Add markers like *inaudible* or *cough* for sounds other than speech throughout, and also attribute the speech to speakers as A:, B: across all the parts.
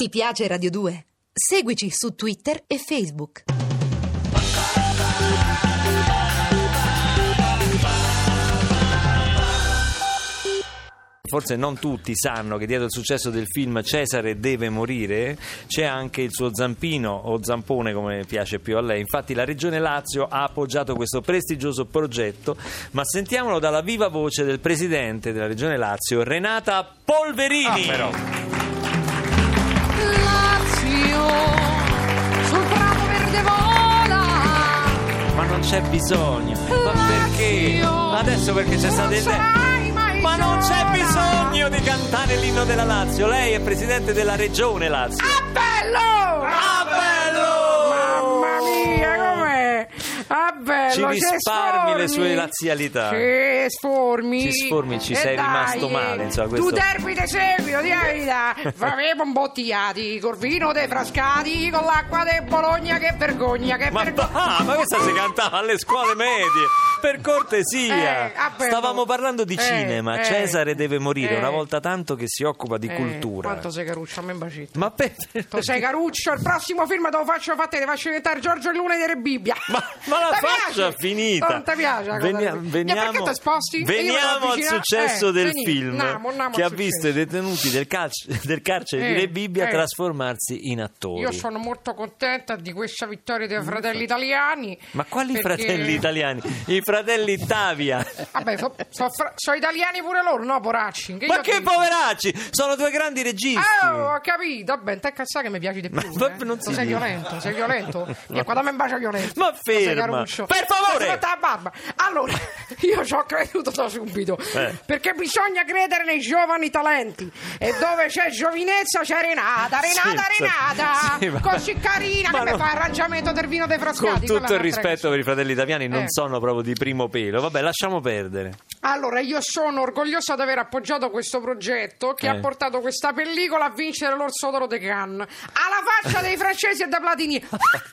A: Ti piace Radio 2? Seguici su Twitter e Facebook.
B: Forse non tutti sanno che dietro il successo del film Cesare deve morire c'è anche il suo zampino o zampone come piace più a lei. Infatti la Regione Lazio ha appoggiato questo prestigioso progetto, ma sentiamolo dalla viva voce del presidente della Regione Lazio, Renata Polverini.
C: Lazio, sul prato verde vola.
B: Ma non c'è bisogno. Ma perché?
C: Lazio,
B: Ma adesso perché c'è stato il
C: non sarai mai
B: Ma non c'è
C: sola.
B: bisogno di cantare l'inno della Lazio. Lei è presidente della Regione Lazio.
C: Ah, bello!
B: Ah, bello!
C: Mamma mia, com'è? Ah, bello,
B: Ci
C: c'è
B: risparmi le
C: sformi.
B: sue lazialità.
C: Ci sformi.
B: Ci sformi, ci
C: E
B: sei
C: dai,
B: rimasto male, insomma,
C: Tu
B: questo-
C: derbi te seguito, di verità. Faremo imbottigliati, col vino dei frascati, con l'acqua di Bologna, che vergogna, che
B: Ma,
C: vergogna.
B: ah, ma questa si cantava alle scuole medie. Per cortesia,
C: Eh, ah, bello.
B: stavamo parlando di
C: Eh,
B: cinema.
C: eh,
B: Cesare deve morire.
C: eh.
B: Una volta tanto che si occupa di
C: Eh,
B: cultura.
C: Quanto sei caruccio, a me imbacito.
B: Ma per.
C: Tu sei caruccio, il prossimo film te lo faccio fatte, ti faccio diventare Giorgio il Luna di Re Bibbia.
B: *laughs* Ma, ma la
C: Ti
B: faccia
C: piace?
B: finita.
C: Non ti piace? la cosa
B: Venia-
C: del-
B: veniamo,
C: E perché ti sposti?
B: veniamo al
C: Eh,
B: successo del film che ha visto i
C: dei
B: detenuti del, calc- del carcere di
C: Eh,
B: Re Bibbia
C: eh.
B: trasformarsi in attori.
C: Io sono molto contenta di questa vittoria dei fratelli italiani.
B: Ma quali
C: perché-
B: fratelli italiani? I fratelli Tavia.
C: Vabbè, so- so fra- so italiani pure loro, no, poracci.
B: Ma
C: io
B: che
C: dico?
B: poveracci! Sono due grandi registi.
C: Oh, ho capito, vabbè, te cazzà che mi piaci di più.
B: Ma-
C: eh.
B: non si
C: sei
B: dice.
C: violento,
B: *laughs*
C: sei violento. E quando mi bacio violento.
B: Ma
C: sei
B: ferma.
C: caruccio.
B: Per favore!
C: Ti la barba. Allora, *laughs* io ci ho creduto da subito.
B: Eh.
C: Perché bisogna credere nei giovani talenti. E dove c'è giovinezza c'è Renata, Renata,
B: Sì,
C: Renata.
B: sì, ma-
C: Così carina
B: ma
C: che
B: no.
C: mi fa arrangiamento del vino dei frascati.
B: Con
C: quella
B: tutto il
C: è un'altra
B: rispetto per i fratelli italiani, non
C: Eh.
B: sono proprio di primo pelo. Vabbè, lasciamo perdere.
C: Allora, io sono orgogliosa di aver appoggiato questo progetto che
B: Eh.
C: ha portato questa pellicola a vincere l'Orso d'Oro de Cannes. Alla faccia dei francesi e dei Platini.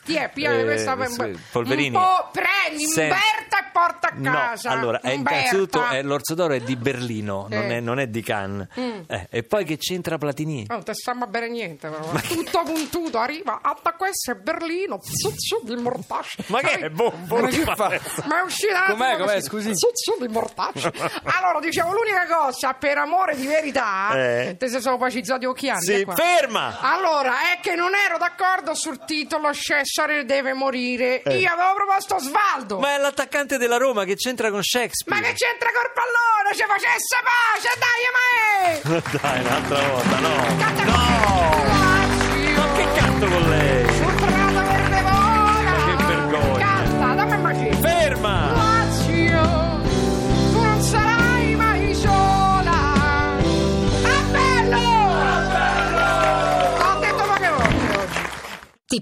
C: Ti è, piena
B: Eh,
C: questa
B: sì, Polverini.
C: Un po' prendi,
B: Sen-
C: Umberta e porta a
B: No,
C: casa.
B: allora, eh,
C: Umberta.
B: innanzitutto eh, l'Orso d'Oro è di Berlino, non,
C: Eh.
B: è, non è di Cannes.
C: Mm.
B: Eh, e poi che c'entra Platini?
C: Oh, non ti stamma bene niente, però. eh. tutto puntuto, arriva, atta questo è Berlino, zut, zut, il mortaccio.
B: Ma che è Boh, bombo?
D: Ma che fa?
C: Ma è uscita
D: Com'è, com'è, scusi?
C: Zuzzo di mortaccio. Allora, dicevo, l'unica cosa, per amore di verità,
B: Eh.
C: te se sono pacizzati occhiali.
B: Sì,
C: eh, qua.
B: ferma!
C: Allora, è che non ero d'accordo sul titolo Cesare deve morire. Io avevo proposto Osvaldo. Ma...
B: Eh. Ma è l'attaccante della Roma che c'entra con Shakespeare.
C: Oh. che c'entra col pallone? Ci facesse pace, dai, ma è!
B: *laughs* Dai, un'altra volta, no.
C: Canta-
B: No!
C: Lazio.
B: Ma che canto con lei?
C: Sul prato verde vola.
B: Ma che vergogna.
C: Canta, dammi un bacino.
B: Ferma!
C: Lazio, tu non sarai mai sola. Ah, bello! Ho detto poche volte oggi.
A: Ti